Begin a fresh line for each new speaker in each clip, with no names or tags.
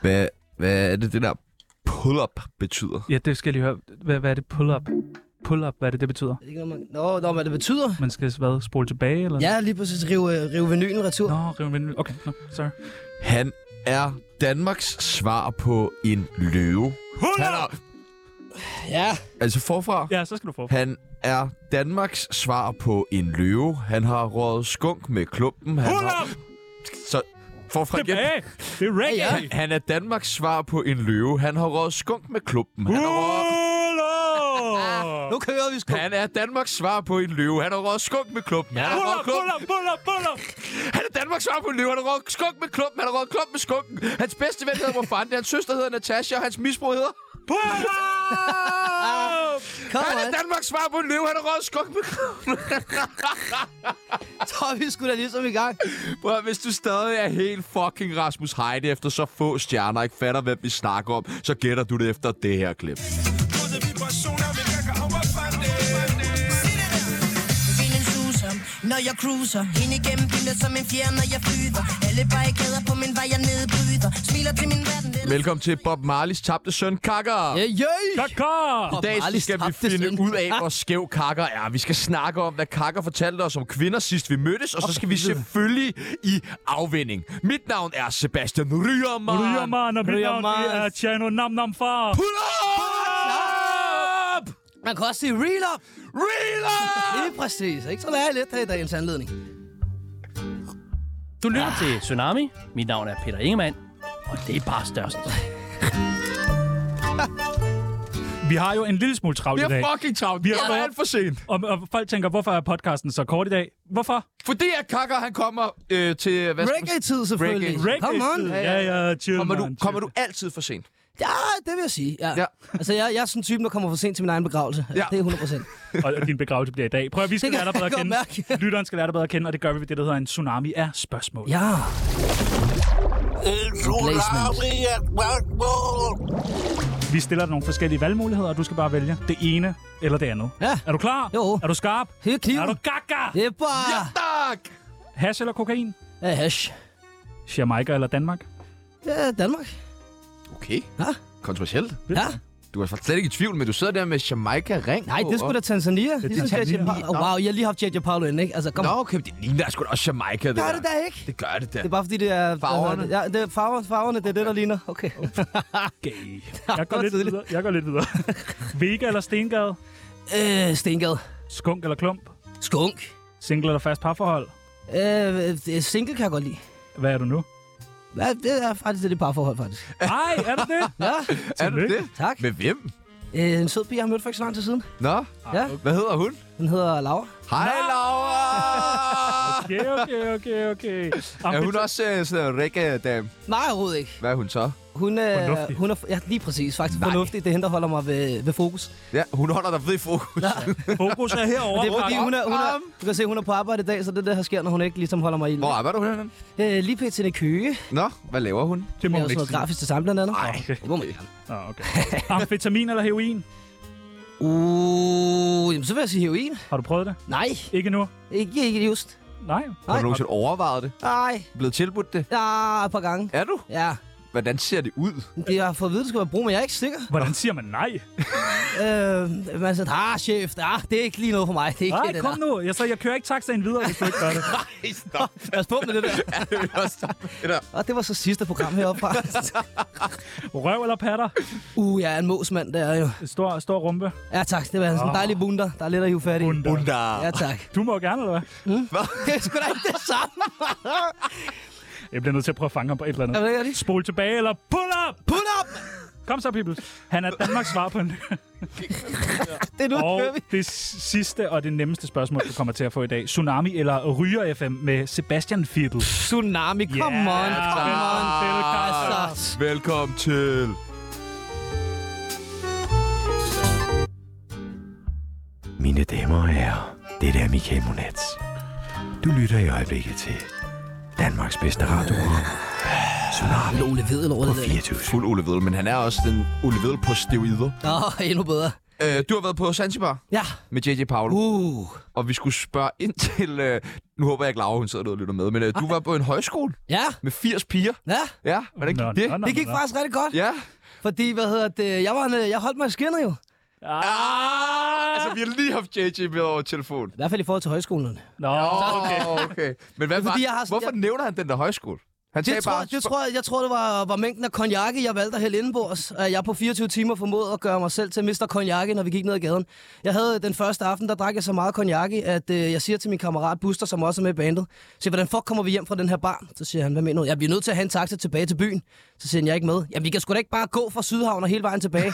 Hvad, hvad er det, det der pull-up betyder?
Ja, det skal jeg lige høre. Hvad, hvad er det pull-up? Pull-up, hvad er det, det betyder?
Er det ikke noget, man- Nå, nå, hvad det betyder?
Man skal hvad, spole tilbage, eller?
Ja, lige præcis rive, øh, rive vinylen retur.
Nå, rive min... Okay, no, sorry.
Han er Danmarks svar på en løve. Han er,
Ja,
altså forfra.
Ja, så skal du få.
Han er Danmarks svar på en løve. Han har røget skunk med klumpen. Han har... Så forfra igen.
Tilbage! Det er reggae!
Ja,
Han- Han er Danmarks svar på en løve. Han har røget skunk med klumpen. Han, har røget...
Pull
nu kører vi sgu.
han er Danmarks svar på en løve. Han har røget skunk med klumpen. Han har røget klumpen.
up, pull up, pull up!
Han er Danmarks svar på en løve. Han har røget skunk med klumpen. Han har røget klump med skunken. Hans bedste ven hedder Morfante. Hans søster hedder Natasha. Og hans misbrug hedder...
Pull up!
Kom,
Han
man.
er Danmarks svar på en løve. Han har røget skunk med klumpen.
Så er vi sgu da ligesom i gang.
Prøv, at, hvis du stadig er helt fucking Rasmus Heide efter så få stjerner, ikke fatter, hvad vi snakker om, så gætter du det efter det her klip.
Både vibrationer vil række over vandet
Vinden suser, når jeg cruiser Ind igennem byen som en fjerde, når jeg flyder Alle barrikader på min vej, jeg nedbryder Smiler til min verden, den
Velkommen til Bob Marleys tabte søn Kakker.
Ja, yeah.
Kaka!
I dag
Marleys
skal vi
tabte
finde
søn.
ud af, hvor skæv Kakker er. Vi skal snakke om, hvad Kakker fortalte os om kvinder sidst vi mødtes, og så skal vi selvfølgelig i afvinding. Mit navn er Sebastian Ryermann.
Rygermann, og mit navn det
Rygermann.
er Tjano Nam Nam Far.
Pull up!
Man kan også sige reel up.
Reel
Lige
up!
præcis. Ikke? Så der er lidt her i dagens anledning.
Du lytter til Tsunami. Mit navn er Peter Ingemann, og det er bare størst.
Vi har jo en lille smule travlt
Vi
i dag.
er fucking travlt. Vi er
Ja.
alt for sent.
Og, og folk tænker, hvorfor er podcasten så kort i dag? Hvorfor?
Fordi at Kakker, han kommer øh, til... Hvad
Reggae-tid selvfølgelig.
Reggae.
Come on.
Reggae-tid. Ja, ja, chill,
Kommer du,
man,
kommer du
chill.
altid for sent?
Ja, det vil jeg sige. Ja.
Ja.
ja. Altså, jeg, jeg er sådan en type, der kommer for sent til min egen begravelse. Altså,
Ja.
ja. Det er 100 procent.
Og din begravelse bliver i dag. Prøv at vi skal
Det kan
lære dig bedre
jeg
at
godt
kende.
mærke.
Lytteren skal lære dig bedre at kende, og det gør vi ved det, der hedder en tsunami af spørgsmål.
Ja.
En tsunami er et spørgsmål
Vi stiller dig nogle forskellige valgmuligheder, og du skal bare vælge det ene eller det andet.
Ja.
Er du klar?
Jo.
Er du skarp?
Det er kniven.
Er du gaga?
Det er bare...
Ja, tak!
Hash eller kokain?
Ja. Hash.
Jamaica eller Danmark?
Ja, Danmark.
Okay.
Ja.
Kontroversielt.
Ja.
Du er faktisk slet ikke i tvivl, men du sidder der med Jamaica-ring.
Nej, det er sgu da Tanzania. Det er
Tanzania.
Wow, jeg har lige haft Jet Paolo ind, ikke? Altså, kom
Nå,
on.
okay, men det ligner sgu da også Jamaica, det
Gør
der.
det da ikke.
Det gør det da.
Det er bare fordi, det er...
Farverne.
Ja, det er farver, farverne, det er det, der ligner. Okay.
Gay. Jeg går
var
lidt
tidligt.
videre. Jeg går lidt videre. Vega eller Stengade?
Øh, Stengade.
Skunk eller klump?
Skunk.
Single eller fast parforhold?
Øh, det er single kan jeg godt lide.
Hvad er du nu?
Ja, det er faktisk det, det parforhold, faktisk.
Nej, er du det?
Ja,
er du
Tillykke.
det?
tak.
Med hvem?
Øh, en sød pige, jeg har mødt for ikke så lang tid siden.
Nå,
Ja,
hvad hedder hun?
den hedder Laura.
Hej, Laura!
Okay, okay, okay, okay.
er hun også øh, sådan en reggae-dame?
Nej, overhovedet ikke.
Hvad er hun så?
Hun er,
Fornuftig.
hun er, ja, lige præcis, faktisk
Nej.
Nej. fornuftig. Det er hende, der holder mig ved, ved fokus.
Ja, hun holder dig ved fokus. Ja.
Fokus er herovre.
Det er fordi, hun er, hun er,
Arm.
Ah. du kan se, hun er på arbejde i dag, så det er det, der sker, når hun ikke ligesom holder mig i.
Hvor arbejder hun henne?
Øh, lige pt. i Køge. Jeg
Nå, hvad laver hun?
det må
er
hun
sådan
ikke
noget
sige.
grafisk design blandt andet.
Ej,
okay.
Det må man gerne.
Ah, okay. Amfetamin eller heroin?
Uh, jamen, så vil jeg sige heroin.
Har du prøvet det?
Nej,
Ikke nu?
ikke, ikke just.
Nej.
har du nogensinde overvejet det?
Nej,
Blevet tilbudt det?
ah, et par gange.
Er du?
Ja,
Hvordan ser det ud?
det har fået at vide, det skal være brug, men jeg er ikke sikker.
Hvordan siger man nej?
Øh, man siger, ah, chef, ah, det er ikke lige noget for mig. Det er ikke
Nej,
det
kom
der.
nu. Jeg, så jeg kører ikke taxaen videre, hvis du ikke gør det.
Nej, stop.
Pas på med det der.
Ja, det vil jeg også stoppe med dig.
Og det var så sidste program heroppe fra.
Røv eller patter?
Uh, jeg er en måsmand, det er jeg jo.
Stor, stor rumpe.
Ja, tak. Det var sådan en dejlig bunder. Der er lidt at hive fat i.
Bunda.
Bunda.
Ja, tak.
Du må gerne, eller hvad?
Det er sgu da ikke det samme.
Jeg bliver nødt til at prøve at fange ham på et eller
Er
andet.
det rigtigt?
Spol tilbage, eller pull up!
Pull up!
Kom så, Pibbles. Han er Danmarks svar på en...
Det er nu,
og
kører vi.
det sidste og det nemmeste spørgsmål, du kommer til at få i dag. Tsunami eller Ryger FM med Sebastian Fiddle.
Tsunami, come
Ja,
on, come on.
velkommen.
Altså,
Ah. Velkommen til...
Mine damer og herrer, det er Michael Monats. Du lytter i øjeblikket til Danmarks bedste radioprogram, Tsunami
Ah, Ole Vedel over
på
det der.
24
Fuld Ole Vedel, men han er også den Ole Vedel på steroider.
Nå, endnu bedre.
Øh, du har været på Zanzibar
Ja.
med JJ Paolo, uh.
Uh.
og vi skulle spørge ind til... Øh, nu håber jeg ikke, Laura hun sidder derude og lytter med, men øh, du var på en højskole
Ja.
med 80 piger.
Ja.
Ja, hvordan gik
Nå,
det?
nå, nå,
Det gik
nå.
faktisk rigtig godt.
Ja.
Fordi, hvad hedder det, jeg, var en, øh, jeg holdt mig i skinnet jo.
Ah! Altså, vi har lige haft JJ med over telefon.
I hvert fald i forhold til højskolerne.
Nå, okay.
Åh, okay. Men hvad
Det er
var,
fordi, jeg har sådan-
hvorfor
jeg-
nævner han den der højskole? Han
Det tror, det tror jeg, jeg tror, det var, var mængden af konjakke, jeg valgte at hælde indenbords. At jeg på 24 timer formåede at gøre mig selv til Mr. Konjakke, når vi gik ned ad gaden. Jeg havde den første aften, der drak jeg så meget konjakke, at øh, jeg siger til min kammerat Buster, som også er med i bandet, siger, hvordan fuck kommer vi hjem fra den her bar? Så siger han, hvad mener du? Ja, vi er nødt til at have en taxa tilbage til byen. Så siger han, jeg er ikke med. Jamen, vi kan sgu da ikke bare gå fra Sydhavn og hele vejen tilbage.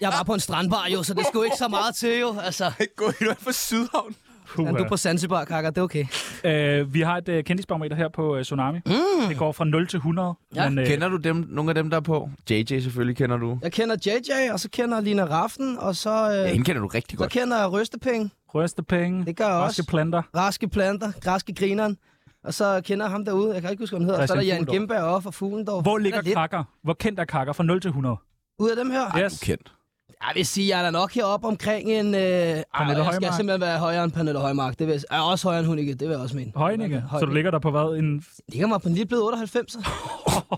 jeg var på en strandbar jo, så det skulle ikke så meget til jo. Altså,
ikke gå helt for Sydhavn.
men
Puha.
du er på Zanzibar, kakker, det er okay.
Øh, vi har et øh, kendisbarometer her på øh, Tsunami. Mm. Det går fra 0 til 100.
Ja.
Men, øh,
Kender du dem, nogle af dem, der er på? JJ selvfølgelig kender du.
Jeg kender JJ, og så kender jeg Lina Raften, og så...
Ja,
Øh,
hende kender du rigtig
så
godt.
kender jeg Røstepenge.
Røstepenge.
Det gør jeg
raske
også.
planter.
raske planter, græske grineren. Og så kender jeg ham derude, jeg kan ikke huske, hvad han hedder. Så er der
Christian
Jan
Fuglendorf.
Gemberg og fra Fuglendorf.
Hvor
Han er
ligger
lidt
krakker? Hvor kendt er krakker fra 0 til 100?
Ud af dem her?
Yes.
Kendt.
Jeg vil sige, jeg er da nok heroppe omkring en... Øh, Pernille Jeg skal
Højmark.
simpelthen være højere end Pernille Højmark. Det vil jeg, er også højere end Hunicke, det vil jeg også mene.
Højninge. Så du ligger der på hvad? En...
Ligger mig på en lige blevet 98.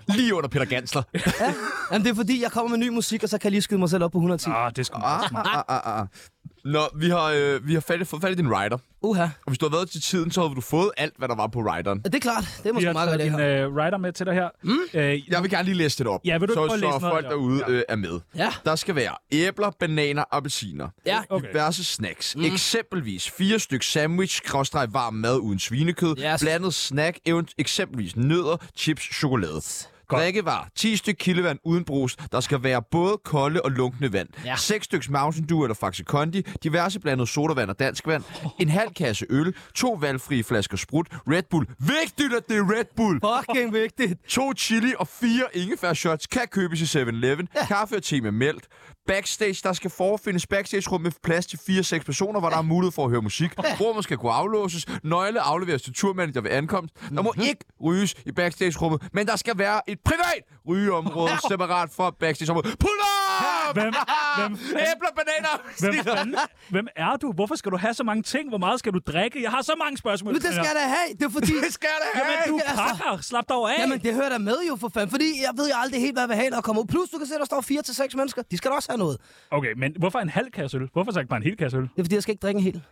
Lige under Peter Gansler.
ja. Jamen, det er fordi, jeg kommer med ny musik, og så kan jeg lige skyde mig selv op på 110.
Ah, det er sgu meget smart.
ah, ah, ah. Nå, vi har, øh, vi har fat, fået fat i din rider.
Uha.
Og hvis du har været til tiden, så har du fået alt, hvad der var på rideren.
Ja, Det er klart, det er
Vi
måske
har
meget godt,
taget
det
en
her.
øh, rider med til dig her. Mm. Øh,
Jeg vil gerne lige læse det op,
Ja, vil du
så,
ikke prøve at
så
læse noget
folk
af det op?
derude
Ja.
øh, er med.
Ja,
Der skal være æbler, bananer, appelsiner.
ja.
Okay.
Diverse snacks. Mm. Eksempelvis fire stykker sandwich, gråstreg varm mad uden svinekød,
Yes.
blandet snack, event, eksempelvis nødder, chips, chokolade. Godt. Drikkevarer. 10 stykker kildevand uden brus. Der skal være både kolde og lunkne vand.
Ja.
6 stykker Mountain Dew eller Faxe Kondi. Diverse blandet sodavand og dansk vand. En halv kasse øl. To valgfrie flasker sprut. Red Bull. Vigtigt, at det er Red Bull.
Fucking vigtigt.
To chili og fire ingefær shots kan købes i 7-Eleven. Ja. Kaffe og te med mælk. Backstage, der skal forefindes backstage-rum med plads til 4-6 personer, hvor der er mulighed for at høre musik. Ja. Hvor man skal kunne aflåses. Nøgle afleveres til turmanager ved ankomst. Der må ikke ryges i backstage-rummet, men der skal være et privat rygeområde separat fra backstage-rummet. Pull up!
Hvem, hvem,
Æbler, bananer!
hvem, fanden, hvem er du? Hvorfor skal du have så mange ting? Hvor meget skal du drikke? Jeg har så mange spørgsmål.
Men det skal jeg da have, det er fordi...
Det skal det have!
Jamen, du er
altså.
krakker. Slap dig af.
Jamen, det hører da med jo for fanden, fordi jeg ved jo aldrig helt, hvad jeg vil have, når jeg kommer ud. Plus, du kan se, der står 4 til seks mennesker. De skal da også have noget.
Okay, men hvorfor en halv kasse øl? Hvorfor så ikke bare en hel kasse øl?
Det er fordi, jeg skal ikke drikke en hel.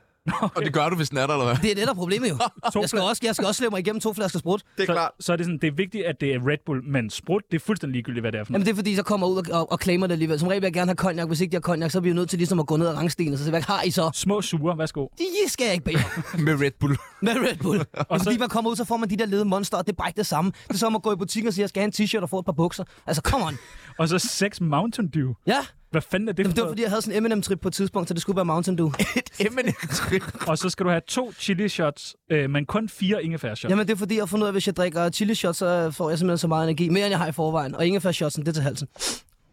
Og det gør du, hvis den er der, eller hvad?
Det er det, der er problemet jo. jeg, skal også, jeg skal også slæbe mig igennem to flasker sprut.
Det er klart.
Så, så er det sådan, det er vigtigt, at det er Red Bull, men sprut, det er fuldstændig ligegyldigt, hvad det er for noget.
Jamen det er fordi, så kommer jeg ud og, og, og claimer det alligevel. Som regel vil jeg gerne have cognac. Hvis ikke jeg har cognac, så er vi jo nødt til ligesom at gå ned ad rangstenen og så se, hvad har I så?
Små sure, værsgo.
De skal jeg ikke bede om
Med Red Bull.
med Red Bull. og
så-
fordi man kommer ud, så får man de der lede monster, og det er bare ikke det samme. Det er som at gå i butikken og sige, jeg skal have en t-shirt og få et par bukser. Altså, come on.
Og så seks Mountain Dew.
Ja.
Hvad fanden er det
Jamen,
for
det var
noget?
fordi, jeg havde sådan en M&M-trip på et tidspunkt, så det skulle være Mountain Dew.
Eminem.
Og så skal du have to chili shots, øh, men kun fire ingefær shots.
Jamen, det er fordi, jeg har fundet ud af, at hvis jeg drikker chili shots, så får jeg simpelthen så meget energi. Mere end jeg har i forvejen. Og ingefær shotsen, det er til halsen.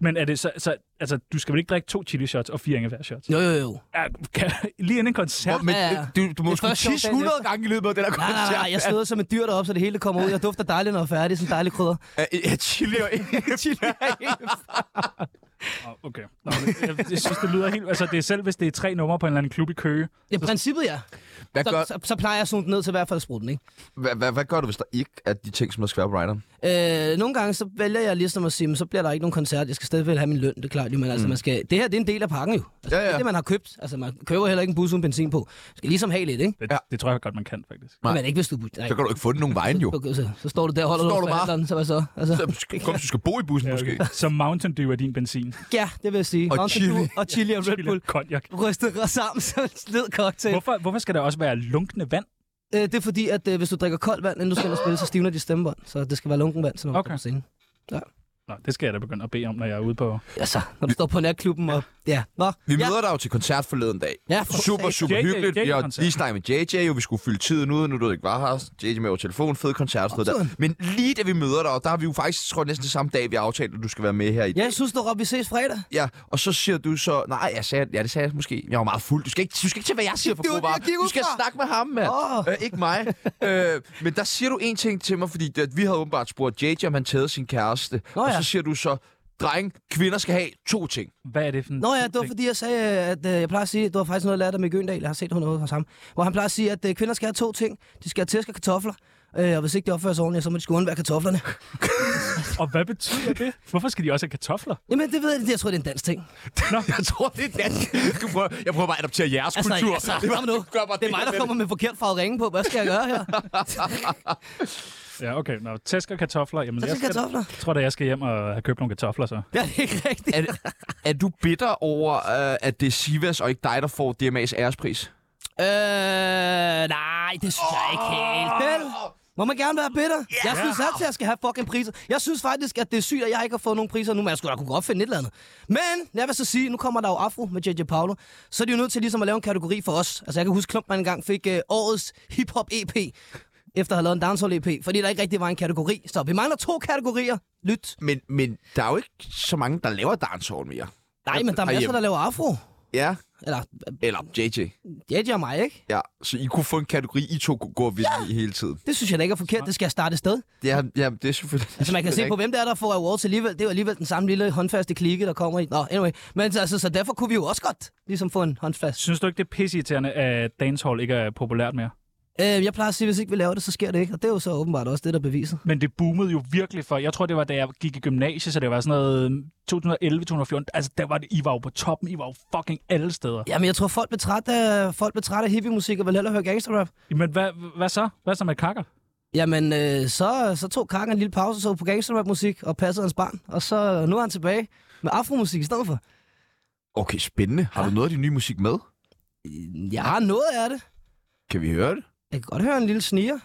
Men er det så, så, altså, du skal vel ikke drikke to chili shots og fire ingefær shots?
Jo, jo, jo.
Ja, kan, lige inden en koncert.
Hvor- Men
Ja, ja.
du, du må
Det
sgu
første sjov
tisse
dagen
100 gange i løbet af den her
Nej, nej,
koncert.
nej, jeg stod som et dyr deroppe, så det hele kommer ud. Jeg dufter dejligt, når jeg er færdig. Sådan dejlige krydder.
Af- Ja, chili og chili.
Åh, Okay. Nå, men jeg, jeg, synes, det lyder helt... Altså, det er selv, hvis det er tre numre på en eller anden klub i Køge.
I princippet, ja.
Hvad
Så,
gør,
så, så plejer jeg at zoome den ned til i hvert fald spruten, ikke?
hvad, hvad, hvad gør du, hvis der ikke er de ting, som er svære på rideren?
Øh, nogle gange så vælger jeg ligesom at sige, men så bliver der ikke nogen koncert. Jeg skal stadigvæk have min løn, det er klart. Jo, men altså, man skal, det her det er en del af pakken jo. Altså,
Mm. Ja, ja.
Det er det, man har købt. Altså, man køber heller ikke en bus uden benzin på. Man skal ligesom have lidt, ikke?
Det,
Ja.
ja. det tror jeg godt, man kan, faktisk.
Nej.
Men ikke hvis du... Nej.
Så kan du ikke få den nogen vejen, jo.
Okay, så, så står du der og holder
Står
ud
du
for
bare-
alderen, så hvad så? Altså,
Så Kom, du skal bo i bussen, måske.
Så Mountain Dew er din benzin.
ja, det vil jeg sige.
Og
Mountain
chili.
Dew Og chili og Red Bull. Øh.
Cognac.
Rystet sammen som en slid cocktail.
Hvorfor, hvorfor skal der også være lunkende vand?
Øh, det er fordi, at øh, hvis du drikker koldt vand, inden du skal ind og spille, så stivner de stemmebånd. Så det skal være lunken vand, så når du
Okay.
okay. på scenen.
Nå, det skal jeg da begynde at bede om, når jeg er ude på...
Altså, når du står på natklubben og... Ja, nå.
Vi
ja.
møder dig jo til koncert forleden dag.
Ja, for
Super,
satan.
super
JJ
hyggeligt. Vi har
koncert.
lige snakket med JJ, jo. Vi skulle fylde tiden ud, nu du ikke var her. JJ med over telefon, fed koncert. Sådan noget der. Men lige da vi møder dig, og der har vi jo faktisk, tror jeg, næsten samme dag, vi aftalte, at du skal være med her i
Ja, jeg synes dog, at vi ses fredag.
Ja, og så siger du så, nej, jeg sagde, ja, det sagde jeg måske. Jeg var meget fuld. Du skal ikke, du skal ikke til, hvad jeg siger for
Det var
gode
det, jeg
varer.
gik
Du
ud
skal
fra.
snakke med ham, mand.
Åh.
Øh, ikke mig. øh, men der siger du en ting til mig, fordi at vi havde åbenbart spurgt JJ, om han tædede sin kæreste.
Nå
og
ja.
så siger du så, dreng, kvinder skal have to ting.
Hvad er det for en
Nå ja, det var
ting?
fordi, jeg sagde, at øh, jeg plejer at sige, det var faktisk noget, jeg lærte af Mikke Øndal, jeg har set noget hos ham, hvor han plejer at sige, at øh, kvinder skal have to ting. De skal have tæsk og kartofler, øh, og hvis ikke de opfører sig ordentligt, så må de sgu undvære kartoflerne.
Og hvad betyder det? Hvorfor skal de også have kartofler?
Jamen, det ved jeg, det, jeg tror, det er en dansk ting.
Jeg tror, det er dansk. Jeg, skal prøve, jeg prøver bare at adoptere jeres
Altså,
kultur.
altså,
det,
kom nu.
gør bare
Det er mig, der kommer med forkert farvet ringe på. Hvad skal jeg gøre her?
Ja, okay. Nå, tæsk og kartofler. Jamen,
Tæsk og
jeg skal,
kartofler.
Jeg tror da, jeg skal hjem og have købt nogle kartofler, så.
Ja, det er ikke rigtigt.
Er du bitter over, øh, at det er Sivas og ikke dig, der får DMA's ærespris?
Øh, nej, det synes jeg ikke helt. Vel? Må man gerne være bitter? Yeah. Jeg synes altid, jeg skal have fucking priser. Jeg synes faktisk, at det er sygt, at jeg ikke har fået nogen priser nu, men jeg skulle da kunne godt finde et eller andet. Men jeg vil så sige, nu kommer der jo Afro med JJ Paolo, så er de jo nødt til ligesom at lave en kategori for os. Altså jeg kan huske, Klumpmann engang fik øh, årets hip-hop EP, efter at have lavet en dancehall EP, fordi der ikke rigtig var en kategori. Så vi mangler to kategorier. Lyt.
Men, men der er jo ikke så mange, der laver dancehall mere.
Nej, men der er masser,
Herhjemme.
der laver Afro.
Ja,
Eller
eller JJ.
JJ og mig, ikke?
Ja, så I kunne få en kategori, I to kunne gå vildt ja. i hele tiden.
Det synes jeg da ikke er forkert. Det skal jeg starte et sted.
Ja, ja, det er selvfølgelig...
Altså man kan se på, hvem det er, der får awards alligevel. Det er jo alligevel den samme lille håndfaste klikke, der kommer i. Nå, anyway. Men så- altså, så derfor kunne vi jo også godt ligesom få en håndfast.
Synes du ikke, det er pisseirriterende, at dancehall ikke er populært mere?
Øh, jeg plejer at sige, hvis ikke vi laver det, så sker det ikke. Og det er jo så åbenbart også det, der beviser.
Men det boomede jo virkelig for... Jeg tror, det var, da jeg gik i gymnasiet, så det var sådan noget 2011-2014. Altså, der var det, I var jo på toppen. I var jo fucking alle steder.
Jamen, jeg tror, folk betræt af, folk betræt af hippie-musik og vil hellere høre gangsterrap.
Men hvad, hvad så? Hvad så med kakker?
Jamen, øh, så, så tog Karken en lille pause, så på gangsterrap-musik og passede hans barn. Og så nu er han tilbage med afromusik i stedet for.
Okay, spændende. Har du noget af din nye musik med?
Jeg har noget af det.
Kan vi høre det?
Jeg kan godt høre en lille sniger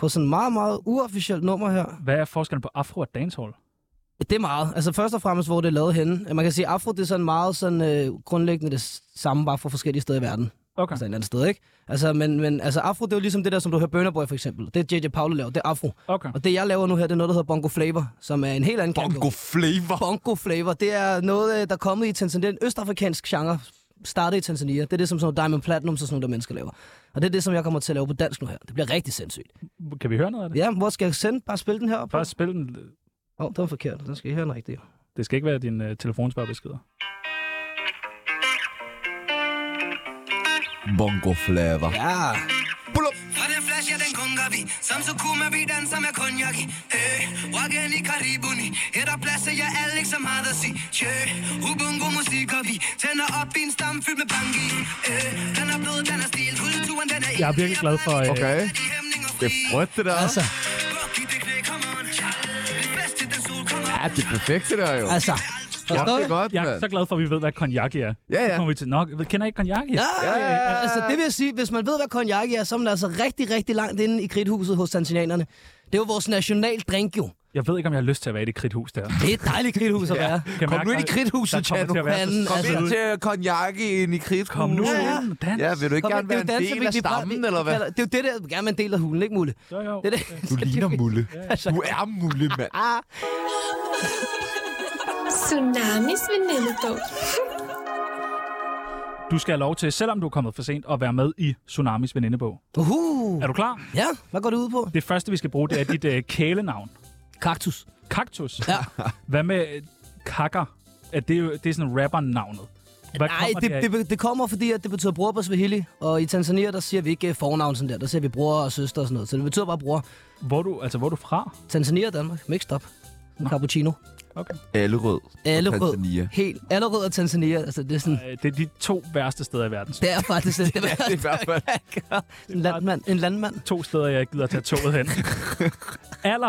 på sådan en meget, meget uofficielt nummer her.
Hvad er forskellen på afro og dancehall?
Det er meget. Altså først og fremmest, hvor det er lavet henne. Man kan sige, at afro det er sådan meget sådan, øh, grundlæggende det samme, bare fra forskellige steder i verden.
Okay.
Altså et eller andet sted, ikke? Altså, men, men altså, afro, det er jo ligesom det der, som du hører Burner Boy for eksempel. Det JJ Paolo laver, det er afro.
Okay.
Og det, jeg laver nu her, det er noget, der hedder Bongo Flavor, som er en helt anden kategori.
Bongo Flavor.
Bongo Flavor, det er noget, øh, der er kommet i Tanzania. En østafrikansk genre startede i Tanzania. Det er det, som sådan noget Diamond Platinum, så sådan nogle der mennesker laver. Og det er det, som jeg kommer til at lave på dansk nu her. Det bliver rigtig sindssygt.
Kan vi høre noget af det?
Ja, hvor skal jeg sende? Bare spille den her op. Åh,
Bare spil den.
oh, det var forkert. Den skal I høre den rigtige.
Det skal ikke være din uh, telefonsvarbeskeder.
Bongo Flavor.
Ja.
Og den flash, ja, den gonga vi Som så kunne vi danser med konjak i Hey, wagen i Karibuni Et af pladser, jeg alle ikke som har at sige Yeah, ubungo musik og vi Tænder op i en stam fyldt med bangi Hey, den er blød, den er stil Kulturen, den er
Jeg er virkelig glad for... Uh,
Okay. Det er frødt, det der. Altså. Ja, det er perfekt, det der jo.
Altså,
Ja,
forstår
det
du?
er godt,
Jeg er
mand.
så glad for, at vi ved, hvad konjak er.
Ja, ja.
Så kommer vi til nok. Kender I ikke konjak?
Ja, ja,
ja, ja.
Altså, det vil jeg sige, hvis man ved, hvad konjak er, så er man altså rigtig, rigtig langt inde i kridthuset hos tanzanianerne. Det er jo vores national drink, jo.
Jeg ved ikke, om jeg har lyst til at være i det kridthus der.
Det er et dejligt kridthus at være.
Kan
Kom
mærke,
nu ind i
der-
kridthuset,
der
Tjano.
kommer til at være så-
Fanden,
Kom
altså.
ind til konjakke ind i kridthuset.
Kom nu
Ja, ja.
ind, dans.
Ja, vil du ikke
Kom
gerne
ind,
være
det er jo
en
danser,
del
vi-
af
vi bare-
stammen,
vi Altså-
eller hvad?
kalder- Det er jo det der, gerne vil en del af hulen, ikke Mulle?
Jo, jo.
Det er det.
Du ligner Mulle.
Altså-
Du er Mulle, mand.
Tsunamis venindebog.
Du skal have lov til, selvom du er kommet for sent, at være med i Tsunamis venindebog.
Uhu.
Er du klar?
Uhuh. Ja, hvad går det ud på?
Det første, vi skal bruge, det er dit uh, kælenavn.
Kaktus.
Kaktus.
Ja.
Hvad med øh, kakker? Er det, jo- det er sådan rappernavnet. Hvad
Nej,
kommer
det,
af?
det, be- det, kommer fordi, at det betyder bror på Swahili. Og i Tanzania, der siger vi ikke øh, fornavn sådan der. Der siger vi bror og søster og sådan noget. Så det betyder bare bror.
Hvor er du, altså, hvor er du fra?
Tanzania og Danmark. Mixed up.
Ah.
Cappuccino.
Okay.
Allerød.
Allerød.
Tanzania.
Helt. Allerød og Tanzania. Altså, det er sådan...
Øh, Det er de to værste steder i verden.
Det er faktisk det, det,
Det er i hvert fald.
en landmand. En landmand.
To steder, jeg gider tage toget hen. Alder.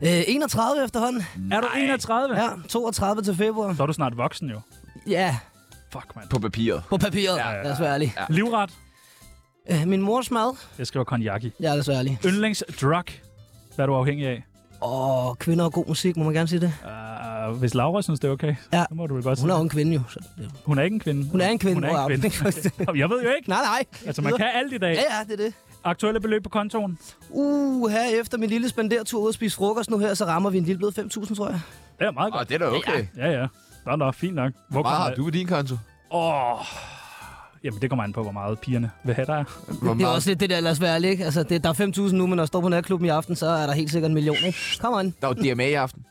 Øh, 31 efterhånden.
Er du 31?
Ja, 32 til februar.
Så er du snart voksen jo.
Ja,
Fuck, mand.
På papiret.
på papiret.
Ja,
Ja,
ja, ja.
Lad os være ærlig.
Ja. Livret.
Øh, min mors mad.
Jeg skriver konjaki.
Ja, lad os være ærlig.
Yndlingsdrug. Hvad er du afhængig af?
Åh, kvinder og god musik, må man gerne sige det.
Uh, hvis Laura synes, det er okay,
Ja.
så må du vel godt
Hun
sige
er
det.
jo en kvinde jo. Så.
Hun er ikke en kvinde.
Hun er en kvinde,
Hun er
hvor
ikke en
jeg-
kvinde. jeg ved jo ikke.
Nej, nej.
Altså, man kan alt i dag.
Ja, ja, det er det.
Aktuelle beløb på kontoen.
Uh, her efter min lille spendertur ud og spise frokost nu her, så rammer vi en lille blød 5.000, tror jeg.
Det er meget
Åh,
godt.
det er da okay.
Ja, ja. Nå, nå, fint nok. Hvor
Hvor meget har
kommer
du på din konto?
Åh. Jamen, det kommer an på, hvor meget pigerne vil have dig.
Hvor
Det er
meget?
også lidt det der, lad os være ærlig, ikke? Altså, det, der er 5.000 nu, men når jeg står på natklubben i aften, så er der helt sikkert en million, ikke? Kom on.
Der er jo DMA i aften.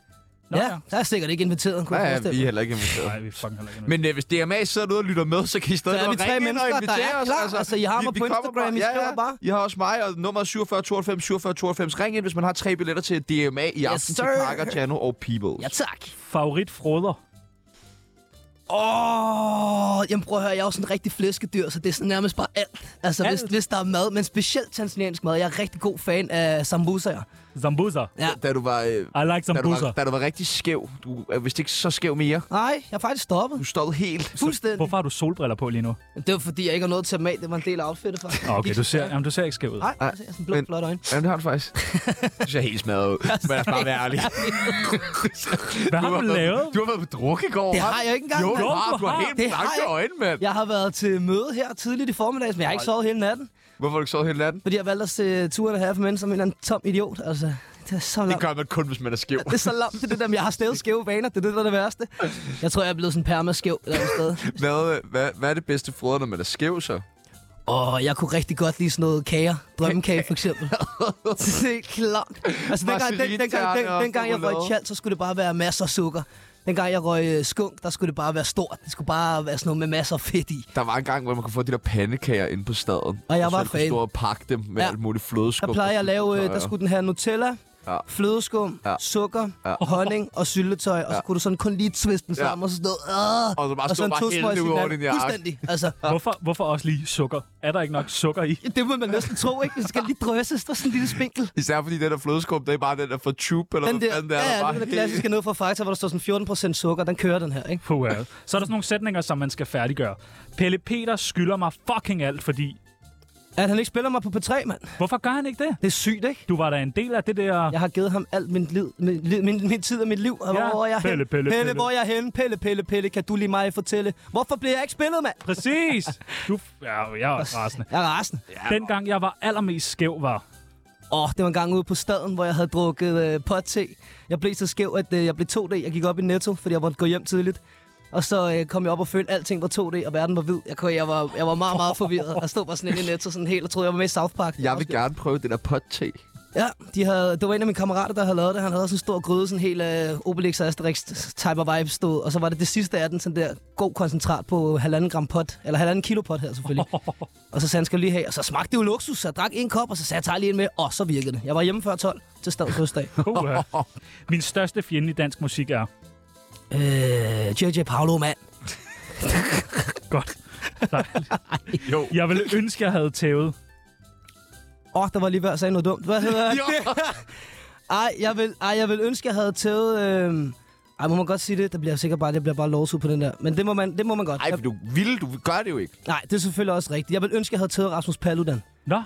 Nå, ja.
ja, der er sikkert ikke inviteret. Kunne
Nej,
jeg
ja,
forestille
vi er
mig.
heller ikke inviteret.
Nej, vi er fucking heller ikke
Men øh, hvis DMA sidder derude og lytter med, så kan I stadig
Så er
bare
vi tre
ringe ind og
mennesker, der
invitere
er
os.
klar. Altså, I har mig
vi
på
kommer
Instagram, I
ja,
skriver
ja.
bare.
I har også mig, og nummer 47 92 47 92. Ring ind, hvis man har tre billetter til DMA i aften til
sir.
Parker, Chano og Peebles.
Ja, tak.
Favorit froder.
Åh, jamen prøv at høre, jeg er jo sådan en rigtig flæskedyr, så det er sådan nærmest bare alt. Altså, alt. Hvis,
Alt?
hvis der er mad, men specielt tanzaniansk mad. Jeg er rigtig god fan af sambusaer.
Zambuza.
Ja.
Da du var... Øh,
I like
da du,
zambuza.
var, da du var rigtig skæv. Du er vist ikke så skæv mere.
Nej, jeg er faktisk stoppet.
Du stod helt.
Fuldstændig.
Hvorfor har du solbriller på lige nu?
Det var fordi, jeg ikke har noget til at mage. Det var en del af outfittet, faktisk.
Nå, Okay, du ser, jamen, du ser ikke skæv ud.
Nej, jeg ser sådan blå,
Men-
flot øjne.
Jamen, det har du faktisk. Det ser helt smadret ud. Men lad os bare være ærlig.
Hvad har du
været-
lavet?
Du har været på druk i går.
Det har jeg ikke engang,
Jo,
mand.
du har. Du har
Hvorfor?
helt
Det har
blanke
jeg.
øjne, mand.
Jeg har været til møde her tidligt i formiddag, men jeg har ikke sovet hele natten,
Hvorfor har du ikke sovet hele natten?
fordi jeg valgte at se Turen og Half Men som en eller anden tom idiot. Altså, det er så
Det
lamt.
gør man kun, hvis man er skæv.
Det er så lamt, det er det der, med, jeg har stadig skæve vaner. Det er det, der er det værste. Jeg tror, jeg er blevet sådan permaskæv et eller andet sted.
Hvad, hvad, hvad er det bedste frøder, når man er skæv, så?
Og jeg kunne rigtig godt lide sådan noget kager. Drømmekage, for eksempel. det er klart. Altså, dengang, den, dengang, den,
Marcellinterner og
dengang jeg røg
chokolade.
tjal, så skulle det bare være masser af sukker. Dengang jeg røg øh, skunk, der skulle det bare være stort. Det skulle bare være sådan noget med masser af fedt i.
Der var en gang, hvor man kunne få de der pandekager inde på staden.
Og jeg
så
var
man kunne
fan.
stå og pakke dem med
Ja.
alt muligt flødeskum.
Der plejer jeg at lave, øh,
Nå, ja.
der skulle den have Nutella,
Ja.
ja. flødeskum,
Ja.
ja. sukker, ja. honning og syltetøj. Og så kunne du sådan kun lige twiste den
Ja.
sammen, og så stå, "Åh!"
Og så bare stå
en
bare
tosprøjs
hældende
i
ud over
den anden.
din jakke.
Fuldstændig. Altså,
Hvorfor, hvorfor også lige sukker? Er der ikke nok sukker i?
det må man næsten tro, ikke? Det skal lige drøses, der er sådan en lille spinkel.
Især fordi den der flødeskum, det er bare den der fra Tube, eller
Den
hvad
der,
fanden det er.
ja,
der
ja,
bare
den der
helt-
klassiske nede fra Fakta, hvor der står sådan 14% sukker, den kører den her, ikke?
Puh, ja. Så er der sådan nogle sætninger, som man skal færdiggøre. Pelle Peter skylder mig fucking alt, fordi...
At han ikke spiller mig på P3, mand.
Hvorfor gør han ikke det?
Det er sygt, ikke?
Du var da en del af det der...
Jeg har givet ham alt min, liv, min, liv, min, min tid og mit liv. Og
Ja.
Hvor er jeg
Pelle,
henne?
Pelle,
pelle,
Pelle.
hvor er jeg henne? Pelle, Pelle, Pelle, kan du lige mig fortælle? Hvorfor bliver jeg ikke spillet, mand?
Præcis! Du... Ja, jeg er rasende.
Jeg er rasende.
Dengang jeg var allermest skæv, var...
Åh, oh, det var en gang ude på staden, hvor jeg havde drukket øh, pot-te. Jeg blev så skæv, at øh, jeg blev 2D. Jeg gik op i Netto, fordi jeg måtte gå hjem tidligt. Og så øh, kom jeg op og følte, at alting var 2D, og verden var hvid. Jeg, kunne, jeg, var, jeg var meget, meget forvirret. Jeg stod bare sådan inde i Netto sådan helt, og troede, jeg var med i South Park.
Jeg vil gerne prøve det der pot-te.
Ja, de havde, det var en af mine kammerater, der havde lavet det. Han havde sådan en stor gryde, sådan helt øh, Obelix og Asterix type of vibe stod. Og så var det det sidste af den, sådan der god koncentrat på halvanden gram pot. Eller halvanden kilo pot her selvfølgelig. og så sagde han, skal du lige have. Og så smagte det jo luksus, så jeg drak en kop, og så sagde jeg, tager lige en med. Og så virkede det. Jeg var hjemme før 12 til Stavs fødselsdag.
Puh, ja. Min største fjende i dansk musik er...
øh, JJ Paolo, mand.
Godt. Dejligt. Jeg ville ønske, jeg havde tævet.
Åh, oh, der var lige ved at sige noget dumt. Hvad hedder det? ej, jeg vil, ej, jeg vil ønske, jeg havde taget... Øh... Ej, må man godt sige det? Det bliver sikkert bare, det bliver bare lovsud på den der. Men det må man, det må man godt.
Ej,
jeg,
for du vil, du gør det jo ikke.
Nej, det er selvfølgelig også rigtigt. Jeg vil ønske, jeg havde taget Rasmus Paludan.
Nå,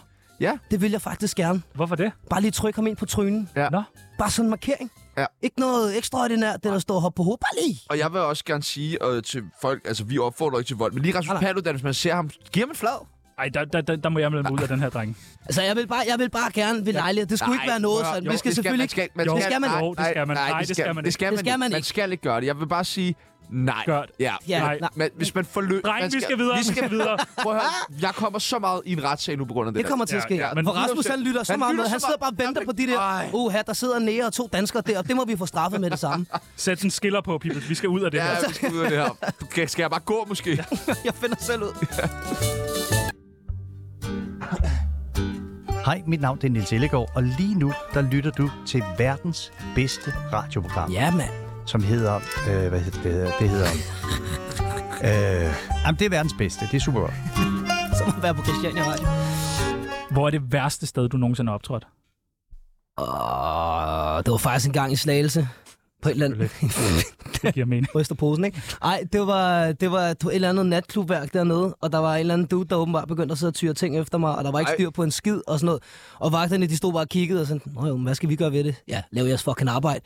Det vil jeg faktisk gerne.
hvorfor det?
Bare lige trykke ham ind på trynen.
Ja.
Nå.
Bare sådan en markering.
Ja.
Ikke noget ekstraordinært, det der står hoppe på hovedet. Bare lige.
Og jeg vil også gerne sige øh, til folk, altså vi opfordrer ikke til vold, men lige Rasmus
Nej, nej.
Paludan, hvis man ser ham, giv ham en flad.
Ej, der, der, der, der må jeg melde mig ud af den her, dreng.
Altså, jeg vil bare, jeg vil bare gerne ved lejlighed. Det skulle
Nej,
ikke være noget
prøv at-
sådan.
jo,
Vi skal
det
selvfølgelig
man skal, man
Jo,
skal,
det skal
man.
man.
Nej,
Jo, det skal man. Nej, det skal man
Det
ikke.
skal man,
Det skal man
ikke. Man
ikke.
skal ikke gøre det. Jeg vil bare sige, nej.
Gør det.
Ja,
Ja,
men-
nej.
men hvis man får løb...
Dreng, vi skal videre,
Vi
vi
skal
skal videre.
Prøv at høre, jeg kommer så meget i en retssag nu på grund af det
Det
der.
kommer til at
Ja,
ske.
ja,
Ja,
men
For Rasmus, han lytter så
han
meget
lytter
med. Han
så
sidder
meget-
bare og venter
Jamen,
på de der...
ej.
Uha, der sidder en nære og to danskere der. Det må vi få straffet med det samme.
Sæt sådan en skiller på, people. Vi skal ud af det her.
Ja, altså- vi skal ud af det her. Skal- Skal jeg bare gå, måske?
Jeg finder selv ud.
Hej, mit navn det er Nils Ellegaard, og lige nu der lytter du til verdens bedste radioprogram,
Ja, mand.
som hedder... Øh, hvad hedder det? hedder- Det hedder... øh, jamen, det er verdens bedste. Det er super godt.
Så må man være på Christiania Radio.
Hvor er det værste sted, du nogensinde har optrådt?
Åh, det var faktisk en gang i Slagelse. På et eller andet...
Det giver mening.
ryster posen, ikke? Ej, det var, det var et eller andet natklubværk dernede, og der var en eller anden dude, der åbenbart begyndte at sidde og tyre ting efter mig, og der var ikke
Ej.
styr på en skid og sådan noget. Og vagterne, de stod bare og kiggede og sådan, Nå jo, men hvad skal vi gøre ved det? Ja, lav jeres fucking arbejde.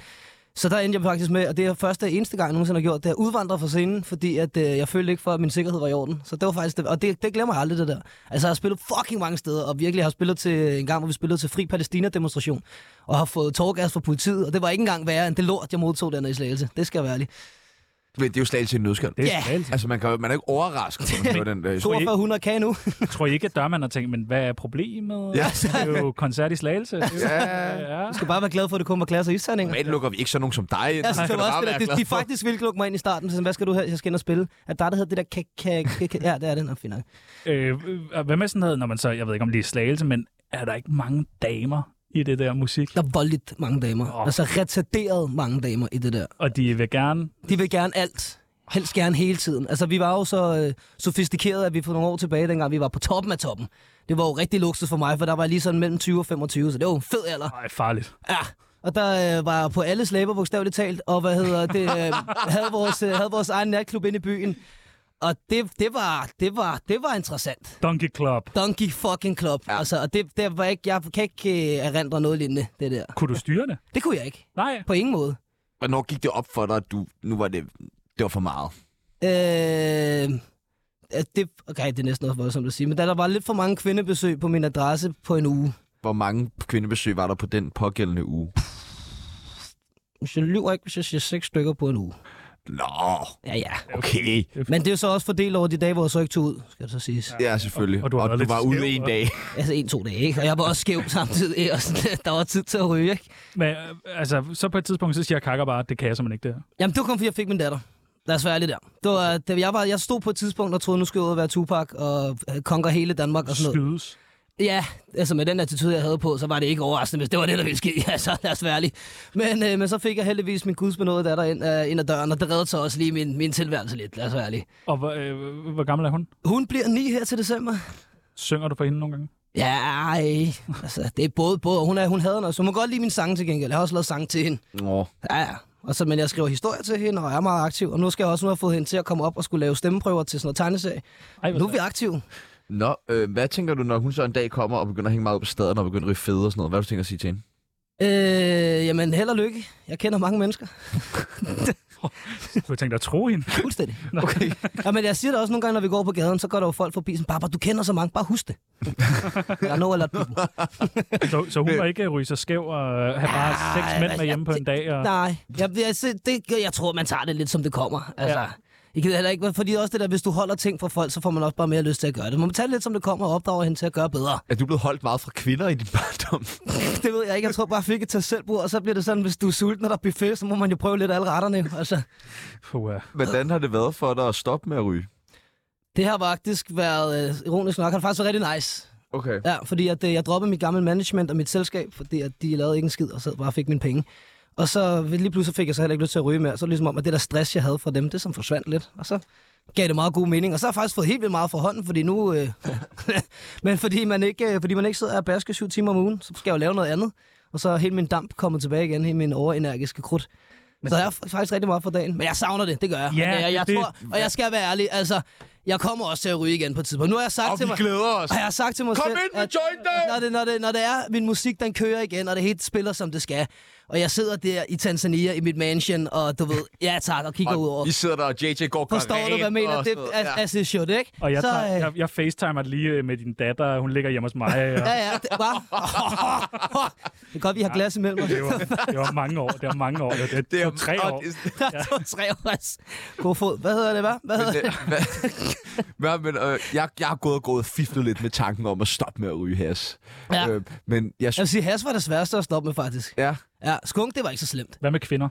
Så der endte jeg faktisk med, og det er første og eneste gang, jeg nogensinde har gjort, det er at udvandre fra scenen, fordi at, øh, jeg følte ikke for, at min sikkerhed var i orden. Så det var faktisk det, og det, det glemmer jeg aldrig, det der. Altså, jeg har spillet fucking mange steder, og virkelig har spillet til en gang, hvor vi spillede til Fri Palæstina-demonstration, og har fået tårgas fra politiet, og det var ikke engang værre end det lort, jeg modtog dernede i Slagelse. Det skal jeg være ærlig.
Men det er jo Slagelse i en nødskal.
Det er
Ja.
Slagelse.
Altså, man, kan, jo- man er jo ikke overrasket, når man hører den øh, der.
4200 kan nu.
Jeg tror ikke, at dørmanden har tænkt, men hvad er problemet?
Ja.
Det er jo koncert i Slagelse.
Ja.
ja.
Du skal bare være glad for, at det kun var glas og isterninger.
Men lukker vi ikke sådan nogen som dig ind.
Jeg synes,
Så
det
kan
var
du bare
også
være
det, der-
glad
de, de
for.
faktisk ville lukke mig ind i starten. Så sådan, hvad skal du her? Jeg skal ind og spille. At der, der hedder det der kæk, kæk, kæk, kæk. Ja, det er det. Nå, fint nok.
Øh, øh, hvad med sådan noget, når man så, jeg ved ikke om det er Slagelse, men er der ikke mange damer i det der musik?
Der er voldeligt mange damer.
Nå.
Altså retarderet mange damer i det der.
Og de vil gerne...
De vil gerne alt. Helst gerne hele tiden. Altså, vi var jo så øh, sofistikerede, at vi for nogle år tilbage, dengang vi var på toppen af toppen. Det var jo rigtig luksus for mig, for der var jeg lige sådan mellem 20 og 25, så det var jo en fed alder.
Ej, farligt.
Ja. Og der øh, var jeg på alle slæber, bogstaveligt talt, og hvad hedder det, øh, havde, vores, øh, havde vores egen natklub inde i byen. Og det, det, var, det, var, det var interessant.
Donkey Club.
Donkey fucking club. Ja. Altså, og det, det var ikke, jeg kan ikke øh, erindre noget lignende, det der.
Kunne du styre det?
Det kunne jeg ikke.
Nej.
På ingen måde.
Hvornår gik det op for dig, at du, nu var det, det var for meget?
Øh, ja, det, okay, det er næsten også voldsomt at sige, men da der var lidt for mange kvindebesøg på min adresse på en uge,
Hvor mange kvindebesøg var der på den pågældende uge?
hvis jeg lyver ikke, hvis jeg siger seks stykker på en uge.
Nå,
Ja, ja.
okay.
Men det er jo så også fordelt over de dage, hvor jeg så ikke tog ud, skal det så siges.
Ja, selvfølgelig.
Og- og du har været lidt
var
skæv,
ude en
og-
dag.
Altså en-to dage, ikke? Og jeg var også skæv samtidig, og sådan, der var tid til at ryge, ikke?
Men øh, altså, så på et tidspunkt, så siger Kakker bare, at det kan jeg simpelthen ikke, det her.
Jamen, det var kun fordi, jeg fik min datter. Lad os være ærlige der. Det var, det, jeg, var, jeg stod på et tidspunkt og troede, nu skulle jeg ud og være Tupac og øh, konger hele Danmark og sådan noget.
Skydes.
Ja, altså med den attitude, jeg havde på, så var det ikke overraskende, hvis det var det, der ville ske. Altså, lad os være ærlige. Men, øh, men så fik jeg heldigvis min gudsbenåede datter ind, øh, ind ad døren, og det reddede så også lige min, min tilværelse lidt, lad os være ærlige.
Og hvor, øh, hvor gammel er hun?
Hun bliver ni her til december.
Synger du for hende nogle gange?
Ja, ej. altså, det er både, både. Hun, er, hun havde noget, så hun må godt lide min sang til gengæld. Jeg har også lavet sang til hende.
Nå.
Ja, ja. Og så, men jeg skriver historier til hende, og er meget aktiv. Og nu skal jeg også nu have fået hende til at komme op og skulle lave stemmeprøver til sådan noget tegneserie.
Ej, hvor
Nu er vi aktive.
Nå, øh, hvad tænker du, når hun så en dag kommer og begynder at hænge meget ud på staden og begynder at rive fede og sådan noget? Hvad har du tænker at sige til hende?
Øh, jamen, held og lykke. Jeg kender mange mennesker.
sejt. Du har tænkt dig at tro hende.
Fuldstændig. Okay. ja, men jeg siger det også nogle gange, når vi går på gaden, så går der jo folk forbi, som bare, du kender så mange, bare husk det. Der er noget, eller
Så, så hun må ikke ryge sig skæv og øh, have bare
Ej,
seks mænd med
altså,
hjemme på en dag. Og...
Nej, jeg, jeg, se- det, jeg tror, man tager det lidt, som det kommer. Altså, ja. Jeg gider heller ikke, fordi også det der, hvis du holder ting fra folk, så får man også bare mere lyst til at gøre det. Man må tage det lidt, som det kommer, og opdrage hende til at gøre bedre.
Er du blevet holdt meget fra kvinder i din barndom?
Det ved jeg ikke. Jeg tror bare, jeg fik et tag selvbord, og så bliver det sådan, hvis du er sulten, og der er buffet, så må man jo prøve lidt af alle retterne. jo. Altså,
Puh, øh.
Hvordan har det været for dig at stoppe med at ryge?
det har faktisk været, øh, ironisk nok, har det faktisk været rigtig nice.
Okay.
Ja, fordi at, øh, jeg droppede mit gamle management og mit selskab, fordi at de lavede ikke en skid, og så bare og fik mine penge. Og så øh, lige pludselig fik jeg så heller ikke lyst til at ryge mere. Så ligesom om, at det der stress, jeg havde fra dem, det som forsvandt lidt. Og så gav det meget god mening. Og så har jeg faktisk fået helt vildt meget fra hånden, fordi nu... Øh, men fordi man, ikke, øh, fordi man ikke sidder og basker syv timer om ugen, så skal jeg jo lave noget andet. Og så er hele min damp kommet tilbage igen, hele min overenergiske krudt. Men så jeg har faktisk rigtig meget for dagen. Men jeg savner det, det gør jeg.
Ja,
Men jeg, jeg
det-
tror, og jeg skal være ærlig, altså, jeg kommer også til at ryge igen på et tidspunkt. Nu har jeg sagt
Og
til
vi
mig...
glæder os.
Og jeg har sagt til mig
Kom
selv,
ind med
at-
jointen!
Når det, når, det, når det er, min musik den kører igen, og det hele spiller, som det skal. Og jeg sidder der i Tanzania i mit mansion, og du ved, ja tak, og kigger ud over.
I sidder der, og JJ går
Forstår du, hvad jeg mener? Det er as, as it should, ikke?
Og jeg,
så,
tager,
øh,
jeg, jeg facetimer lige øh, med din datter, hun ligger hjemme hos mig. Og...
Ja, ja, det, hva? det er godt, vi har glas imellem os.
Det var, det var mange år, det var mange år, det var, det var tre år.
Det var tre år, altså. God fod. Hvad hedder det, hva'? Hvad hedder det?
øh, Hvad, men, øh, jeg, jeg har gået og gået og fiflet lidt med tanken om at stoppe med at ryge has.
Ja.
Øh, men jeg
Jeg
synes...
vil sige, has var det sværeste at stoppe med, faktisk.
Ja.
Ja, skunk, det var ikke så slemt.
Hvad med kvinder?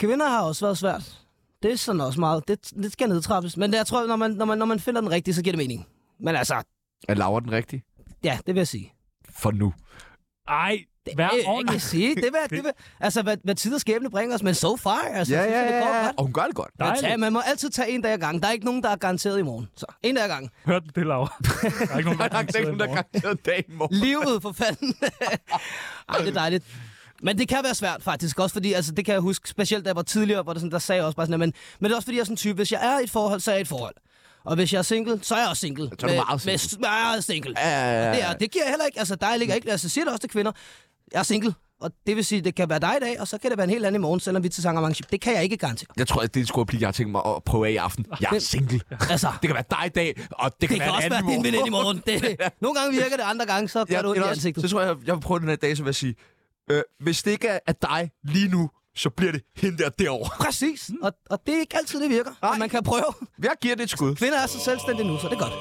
Kvinder har også været svært. Det er sådan også meget. Det, det skal nedtrappes. Men jeg tror, når man, når, man, når man finder den rigtige, så giver det mening. Men altså,
Er Laura den rigtige?
ja, det vil jeg sige.
For nu.
Ej, vær
Øh, Jeg kan
ordentlig.
sige, det vil, det vil, altså, hvad, hvad tid og skæbne bringer os, men so far, altså,
Ja,
jeg
ja,
synes, det går
ja.
godt.
Og hun gør det godt.
Man,
Dejligt.
tager, man må altid tage en dag ad gangen. Der er ikke nogen, der er garanteret i morgen. Så en dag ad gangen.
Hørte du det, Laura? Der er ikke nogen, der
Der er
har
ikke nogen, der
kan.
garanterer dag i morgen.
Livet for fanden. Ej, det er dejligt. Men det kan være svært faktisk også, fordi altså, det kan jeg huske, specielt da jeg var tidligere, hvor der, sådan, der sagde jeg også bare sådan, at, men, men det er også fordi, jeg er sådan en type, hvis jeg er i et forhold, så er jeg i et forhold. Og hvis jeg er single, så er jeg også single.
Så er du
Med-
meget single.
Med, s- meget single.
Ja, ja, ja, ja.
Det, er, det giver jeg heller ikke, altså dig ligger ikke, altså siger det også til kvinder, jeg er single. Og det vil sige, det kan være dig i dag, og så kan det være en helt anden i morgen, selvom vi er til sangarrangement. Det kan jeg ikke garantere.
Jeg tror, at det skulle blive, jeg har tænkt mig at prøve af i aften. Jeg er single.
Altså,
Det kan være dig i dag, og det kan,
det kan
være
også
en
være
anden
din veninde i
morgen.
morgen. Det, nogle gange virker det, andre gange, så gør
Ja,
det ondt i
eller også,
ansigtet.
Så tror jeg, jeg vil prøve den her dag, så vil jeg sige, øh, hvis det ikke er er dig lige nu, så bliver det hende der derovre.
Præcis. Og, og det er ikke altid, det virker. Men man kan prøve.
Jeg giver det et skud.
Kvinder er så selvstændige nu, så det er godt.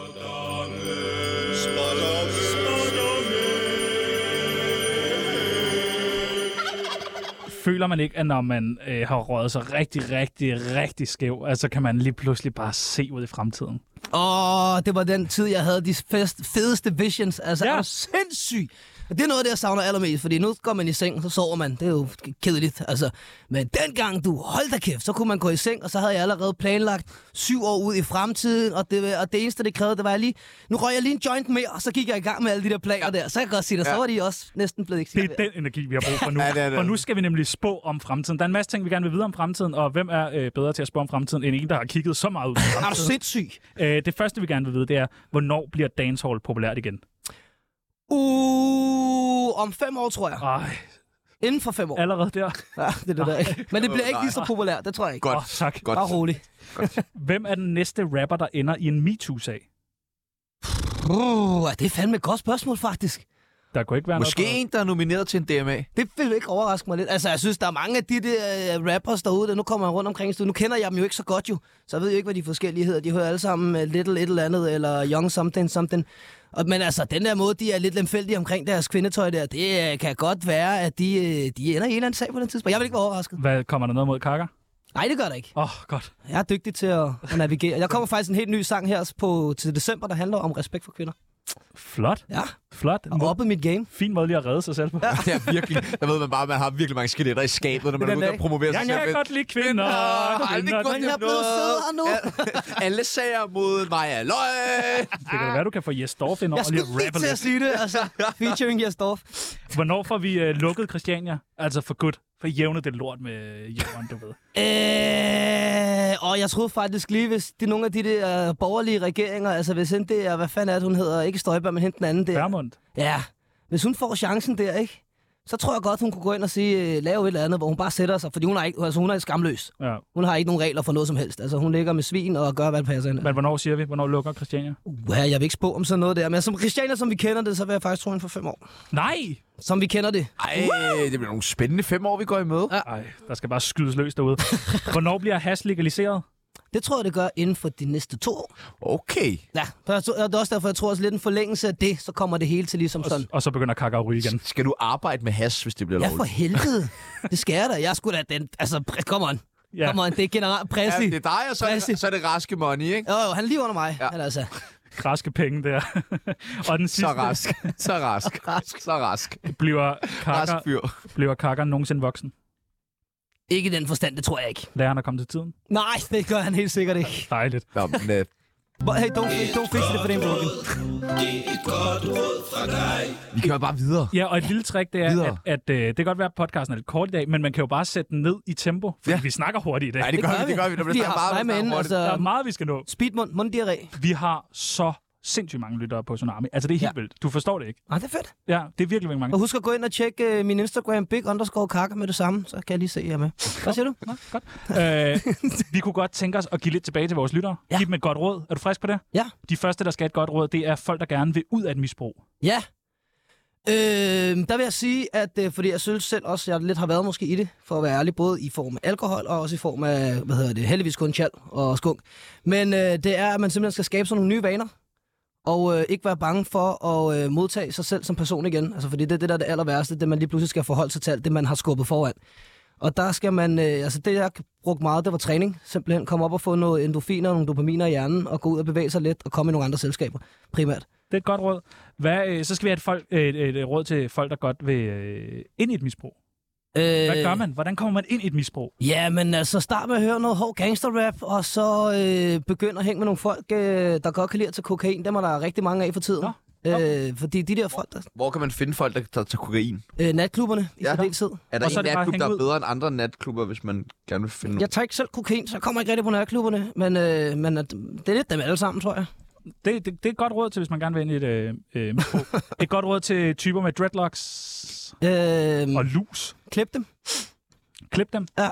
Føler man ikke, at når man øh, har røget sig rigtig, rigtig, rigtig skæv, altså kan man lige pludselig bare se ud i fremtiden?
Åh, det var den tid, jeg havde de fest, fedeste visions. Altså, ja. er du sindssyg? Og Det er noget af det, jeg savner allermest, fordi nu går man i seng, og så sover man. Det er jo kedeligt, altså. Men dengang, du, hold da kæft, så kunne man gå i seng, og så havde jeg allerede planlagt syv år ud i fremtiden, og det, og det eneste, det krævede, det var jeg lige, nu røg jeg lige en joint mere, og så gik jeg i gang med alle de der planer der. Så kan jeg godt sige det, så var de også næsten blevet
Det er
eksekveret.
den energi, vi har brug for nu.
Ja, det er det.
For nu skal vi nemlig spå om fremtiden. Der er en masse ting, vi gerne vil vide om fremtiden, og hvem er øh, bedre til at spå om fremtiden, end en, der har kigget så meget ud i
Er du
fremtiden?
sindssyg?
øh, det første, vi gerne vil vide, det er, hvornår bliver dancehall populært igen?
Uh, om fem år, tror jeg.
Ej,
Inden for fem år.
allerede der.
Ja, det er det der ikke. Men det bliver ikke lige så populært, det tror jeg ikke.
Godt.
Åh, tak.
Godt.
Bare rolig.
Hvem er den næste rapper, der ender i en MeToo-sag?
Uh, det er fandme et godt spørgsmål, faktisk.
Der kunne ikke være
Måske
noget
en, der er nomineret til en DMA.
Det vil ikke overraske mig lidt. Altså, jeg synes, der er mange af de der øh, rappers derude, der nu kommer jeg rundt omkring i studiet. Nu kender jeg dem jo ikke så godt jo, så jeg ved jo ikke, hvad de forskellige hedder. De hører alle sammen øh, Little et eller andet, eller Young something something. Og, men altså, den der måde, de er lidt lemfældige omkring deres kvindetøj der, det øh, kan godt være, at de, øh, de ender i en eller anden sag på den tidspunkt. Jeg vil ikke være overrasket.
Hvad kommer der noget mod kakker?
Nej, det gør der ikke.
Åh, oh, godt.
Jeg er dygtig til at, at navigere. Jeg kommer faktisk en helt ny sang her på, til december, der handler om respekt for kvinder.
Flot.
Ja,
Flot.
og oppe mit game.
Fin måde lige at redde sig selv på. Ja,
Det er virkelig, der ved man bare, at man har virkelig mange skeletter i skabet, når man
Det
er
er
ude
den
og
dag.
promovere sig
jeg kan
selv.
godt lide kvinder.
Har aldrig
kvinder.
gået
Men
hjem
jeg er blevet
noget.
sødere nu.
Alle sager mod Maja Løg.
Det kan da være, du kan få Jes Dorf ind over
Jeg
og lige at
skulle lige
rappe
til at
lidt.
sige det, altså. Featuring Jes Dorf.
Hvornår får vi øh, lukket Christiania? Altså for godt. For jævnet det lort med jorden, du ved.
Øh, og jeg troede faktisk lige, hvis det er nogle af de der øh, borgerlige regeringer, altså hvis hende der, hvad fanden er det, hun hedder, ikke Støjberg, men hende den anden der.
Værmund.
Ja, hvis hun får chancen der, ikke? Så tror jeg godt, hun kunne gå ind og sige, øh, lave et eller andet, hvor hun bare sætter sig, fordi hun er, ikke, altså, hun er skamløs.
Ja.
Hun har ikke nogen regler for noget som helst. Altså, hun ligger med svin og gør, hvad det passer hende.
Men hvornår siger vi? Hvornår lukker Christiania?
Uh, jeg vil ikke spå om sådan noget der, men som Christianer, som vi kender det, så vil jeg faktisk tro hende for fem år.
Nej!
Som vi kender det.
Ej, det bliver nogle spændende fem år, vi går i møde.
Ej, der skal bare skydes løs derude. Hvornår bliver hash legaliseret?
Det tror jeg, det gør inden for de næste to år.
Okay.
Ja, for jeg tror- og det er også derfor, jeg tror også lidt en forlængelse af det, så kommer det hele til ligesom sådan.
Og så begynder kakker at ryge igen.
Skal du arbejde med has, hvis det bliver
Ja, for
lovligt?
helvede. Det skal jeg da. Jeg skulle da den... Altså, pr- come on.
Ja.
Ja. Come on, det er generelt
Ja,
Præssi.
det er dig, og så er
Præcis.
det, så er det raske money, ikke?
Jo, jo, han er lige under mig. Ja. Men altså,
Raske penge der. og den
Så
sidste
rask, så rask, så rask.
bliver
Rask
kakker,
fyr.
bliver kakker nogensinde voksen.
ikke i den forstand, det tror jeg ikke.
Lærer han at komme til tiden.
Nej, det gør han helt sikkert ikke.
Dejligt.
Nå, men, øh,
Hvor- Hey, don't, don't fix det for den broken.
vi kører bare videre.
Ja, og et lille trick, det er,
Videre.
at, at øh, det kan godt være, at podcasten er lidt kort i dag, men man kan jo bare sætte den ned i tempo, fordi ja. vi snakker hurtigt i dag.
Nej, det gør vi, det gør vi. Der
Vi
bliver
har
snakket meget,
mig med inden, altså...
Der er meget, vi skal nå.
Speedmund, munddiarré.
Vi har så sindssygt mange lyttere på Tsunami. Altså, det er helt ja. vildt. Du forstår det ikke.
Ah, det er fedt.
Ja, det er virkelig, virkelig mange.
Og husk at gå ind og tjekke øh, min Instagram, big underscore kakker med det samme, så kan jeg lige se jer med. Hvad siger du?
Nå, godt. Øh, vi kunne godt tænke os at give lidt tilbage til vores lyttere. Ja.
Ja.
Giv dem et godt råd. Er du frisk på det?
Ja.
De første, der skal have et godt råd, det er folk, der gerne vil ud af et misbrug.
Ja. Øh, der vil jeg sige, at øh, fordi jeg synes selv også, jeg lidt har været måske i det, for at være ærlig, både i form af alkohol og også i form af, hvad hedder det, heldigvis kun chal og skunk. Men øh, det er, at man simpelthen skal skabe sig nogle nye vaner, og øh, ikke være bange for at øh, modtage sig selv som person igen. Altså, fordi det er det, der er det aller værste, det man lige pludselig skal forholde sig til alt det, man har skubbet foran. Og der skal man, øh, altså det jeg brugte meget, det var træning. Simpelthen komme op og få noget endorfiner og nogle dopaminer i hjernen, og gå ud og bevæge sig lidt, og komme i nogle andre selskaber, primært.
Det er et godt råd. Hvad, øh, så skal vi have et, folk, øh, et, et, et råd til folk, der godt vil øh, ind i et misbrug.
Øh,
Hvad gør man? Hvordan kommer man ind i et misbrug?
Ja, men altså, start med at høre noget hård gangsterrap, og så øh, begynd at hænge med nogle folk, øh, der godt kan lide at tage kokain. Dem er der rigtig mange af for tiden.
Nå,
Øh, fordi de der folk, der,
Hvor kan man finde folk, der tager tager kokain?
øh, natklubberne i
Ja.
ja. særdeleshed.
Er der
Og så er
en
det bare at
natklub,
hænge
der er
ud.
bedre end andre natklubber, hvis man gerne vil finde nogen?
Jeg tager ikke selv kokain, så jeg kommer ikke rigtig på natklubberne, men, øh, men at, det er lidt dem alle sammen, tror jeg.
Det, det, det er et godt råd til, hvis man gerne vil ind i et øh, øh, misbrug. et godt råd til typer med dreadlocks
Øh,
og lus.
Klip dem.
Klip dem.
Ja.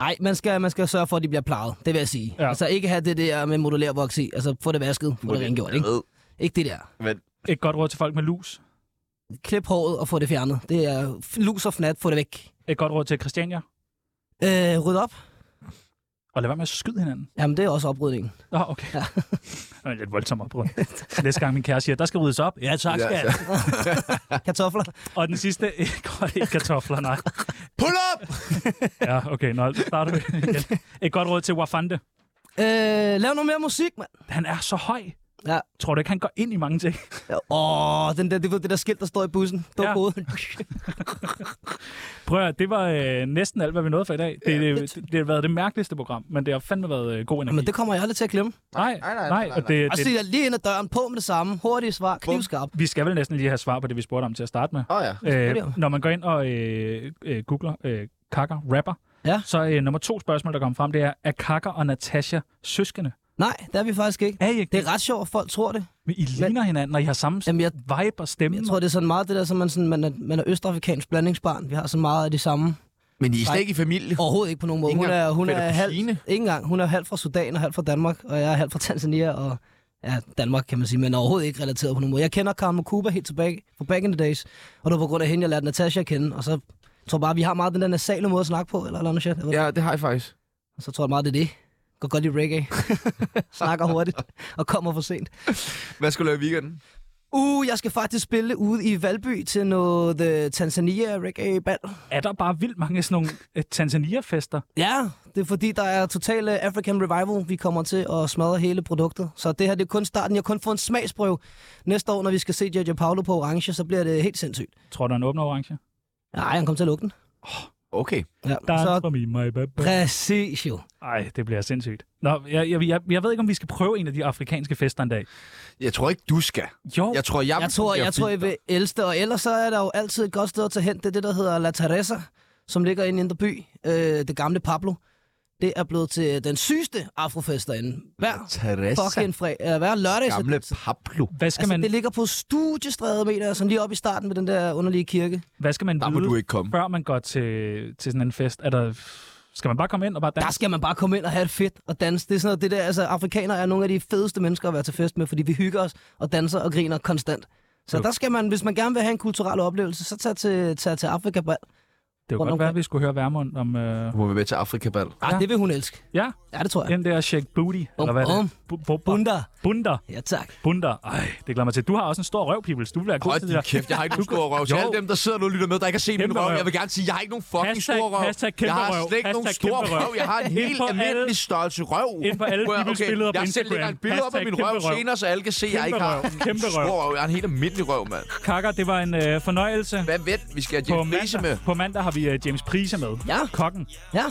Nej, man skal, man skal sørge for, at de bliver plejet, det vil jeg sige.
Ja.
Ja. Altså ikke have det der med modulærvoks i, altså få det vasket, få det rengjort, ikke?
Jeg ved,
Ikke det der.
men
Et godt råd til folk med lus.
Klip håret og få det fjernet. Det er lus og fnat, få det væk.
Et godt råd til Christiania.
Øh, ryd op.
Og lad være med at skyde hinanden.
Jamen, det er også oprydningen.
Nå, oh, okay. Ja. Det er lidt voldsomt oprydning. Næste gang min kæreste siger, der skal ryddes op. Ja, tak
Ja,
skal jeg.
Kartofler.
Og den sidste, godt, ikke kartofler, nej.
Pull up!
Ja, okay, nå, starter vi igen. Et godt råd til Wafande.
Øh, lav noget mere musik, mand.
Han er så høj.
Ja.
Tror du ikke, han går ind i mange ting?
Åh, den der, det, ved, det der skilt, der står i bussen. Det var
Ja.
ja.
Prøv at, høre, det var øh, næsten alt, hvad vi nåede for i dag. Det, det, det, det har været det mærkeligste program, men det har fandme været øh, god energi.
Men det kommer jeg aldrig til at glemme.
Nej, nej, nej. nej, nej, Og det,
Og så
det,
siger jeg lige ind ad døren, på med det samme. Hurtige svar, knivskarp.
vi skal vel næsten lige have svar på det, vi spurgte om til at starte med.
Åh oh, ja.
Øh,
Selvfølgelig.
når man går ind og øh, øh, googler øh, kakker, rapper,
Ja.
så øh, nummer to spørgsmål, der kommer frem, det er, er kakker og Natasha søskende?
Nej, det er vi faktisk ikke.
Er I, ikke
Det er ret sjovt, folk tror det.
Men I ligner hinanden, og I har samme
Jamen, jeg-
vibe og stemme.
Jeg tror, det er sådan meget det der, som man, sådan, man, er, man er østafrikansk blandingsbarn. Vi har så meget af de samme.
Men I er slet ikke i familie.
Overhovedet ikke på nogen måde.
Ikke
Hun
engang
er, hun
fætter
er halv,
kusine?
ikke engang. Hun er halv fra Sudan og halv fra Danmark, og jeg er halv fra Tanzania og ja, Danmark, kan man sige, men overhovedet ikke relateret på nogen måde. Jeg kender Carmen Cuba helt tilbage fra back in the days, og det var på grund af hende, jeg lærte Natasha at kende, og så tror jeg bare, vi har meget den der nasale måde at snakke på, eller eller andet shit. Jeg ved det.
Ja, det har jeg faktisk.
Og så tror jeg meget, det er det. Går godt i reggae. Snakker hurtigt og kommer for sent.
Hvad skal du lave i weekenden?
Uh, jeg skal faktisk spille ude i Valby til noget The Tanzania Reggae Ball.
Er der bare vildt mange sådan nogle øh, Tanzania-fester?
Ja, det er fordi, der er total øh, African Revival. Vi kommer til at smadre hele produktet. Så det her, det er kun starten. Jeg har kun fået en smagsprøve. Næste år, når vi skal se Jojo Paolo på orange, så bliver det helt sindssygt.
Tror du, han åbner orange?
Nej, han kommer til at lukke den.
Okay.
Ja,
Der er
så
for mig, my bad.
præcis jo.
Ej, det bliver sindssygt. Nå, jeg, jeg, jeg, jeg ved ikke, om vi skal prøve en af de afrikanske fester en dag.
Jeg tror ikke, du skal.
Jo,
Jeg tror, jeg,
Jeg tror, jeg tror,
jeg
I vil elske det. Og ellers så er der jo altid et godt sted at tage hen. Det er det, der hedder La Teresa, som ligger inde i Indre By. Øh, det gamle Pablo. Det er blevet til den sygeste afrofest derinde. Hver
Teresa,
fucking fred, øh, hver lørdag. så-
gamle Pablo.
hvad skal,
Altså,
man,
det ligger på studiestræde, mener jeg, sådan lige op i starten med den der underlige kirke.
hvad skal man
Der må
vide,
du ikke komme.
før man går til, til sådan en fest? Er der, skal man bare komme ind og bare
Der
danse?
skal man bare komme ind og have det fedt og danse. Det er sådan noget, det der, altså afrikanere er nogle af de fedeste mennesker at være til fest med, fordi vi hygger os og danser og griner konstant. Så
Jo.
der skal man, hvis man gerne vil have en kulturel oplevelse, så tag til, tag til Afrika. Ja.
Det kunne
rundt
godt være,
omkring.
at vi skulle høre Værmund om... Øh,
Du må være med til Afrikabal.
Ja.
Ah, det vil hun elske.
ja,
Ja, det tror jeg.
den der shake booty, eller hvad er
um.
det? Bu- bu- bu-
Bunda.
Bunder.
Ja, tak.
Bunder. Ej, det glæder mig til. Du har også en stor røv, Pibels. Du vil være god
Hold
til det
din
der.
kæft, jeg har ikke nogen stor røv. Til
Jo.
alle dem, der sidder nu og lytter med, der ikke har set min
Kæmpe
røv,
røv.
jeg vil gerne sige, jeg har ikke nogen fucking
Hashtag-
stor røv.
hashtag kæmpe
jeg har
røv.
slet ikke nogen
Hashtag
stor
kæmpe røv.
røv. Jeg har en
Ind
helt
på alle-
almindelig størrelse røv.
Ind på alle
Må jeg-
Bibels billeder på
Jeg selv lægger et
Instagram.
billede op af
Hashtag
min røv
kæmpe røv.
senere, så alle kan se, at jeg
Kæmpe
ikke har
røv.
en
Kæmpe
stor
røv.
røv. Jeg har en helt almindelig røv, mand.
Kakker, det var en øh, fornøjelse.
Hvad ved vi? Skal jeg
På
have Jeff Riese med?
mandag, på mandag har vi øh, James Prise med.
Ja.
Kokken.
Ja.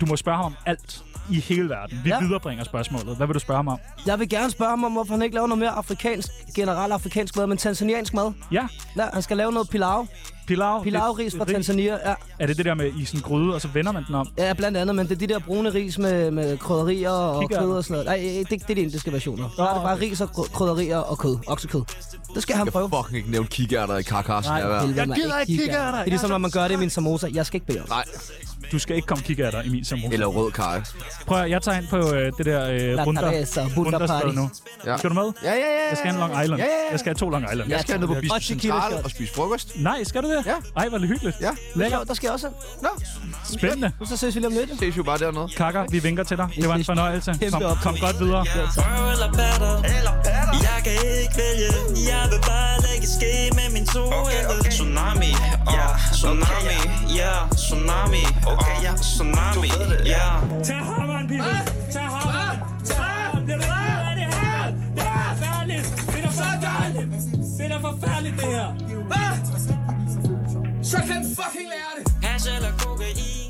Du må spørge ham om alt i hele verden. Vi
Ja.
viderebringer spørgsmålet. Hvad vil du spørge ham om?
Jeg vil gerne spørge ham om, hvorfor han ikke laver noget mere afrikansk, generelt afrikansk mad, men tanzaniansk mad.
Ja,
Ja, han skal lave noget pilau.
pilau.
Pilau-ris fra
Det- det-
Tanzania. Ja.
Er det det der med i sådan en gryde, og så vender man den om?
Ja, blandt andet, men det er de der brune ris med, med krydderier og
Kikærter.
kød og sådan noget. Nej, det, det er de indiske versioner. Der er det bare ris og kry- krydderier og kød. Oksekød. Det skal han
Jeg
prøve.
fucking ikke nævnt kikærter i kakarsen.
Nej, helvede, man.
gider ikke kikærter.
Det er ligesom, når man gør det i min samosa. Jeg skal ikke bede om. det.
Nej,
Du skal ikke komme kigge af dig i min samosa.
eller rød karry.
Prøv at, jeg tager ind på øh, det der
La
øh, runder,
Teresa, Buddha
rundersted
Party.
nu.
Ja.
Skal du med?
Ja, ja, ja.
Jeg skal have en Long Island.
Ja, ja, ja.
Jeg skal have to Long Island.
Jeg skal ned på Bispo
Og tequila
Central
shot.
og spise frokost.
Nej, skal du det?
Ja.
Ej, hvor er det hyggeligt.
Ja.
Lækker.
Jo, der skal jeg også.
Nå,
Spændende.
Nu så ses vi lige om lidt. jo.
ses jo bare dernede.
Kakker, vi vinker til dig. Det var en fornøjelse.
Kæmpe
Kom,
optur.
kom godt videre.
Røv eller patter Jeg kan ikke vælge Jeg vil bare lægge ske med min to okay, okay. Tsunami Ja, tsunami Ja, tsunami Okay, ja, tsunami Ja
Tag hammeren, Pibel. Tag hammeren. Tag hammeren. Det er det her. Det er forfærdeligt. Det er forfærdeligt. Det er forfærdeligt, det her.
Hash eller kokain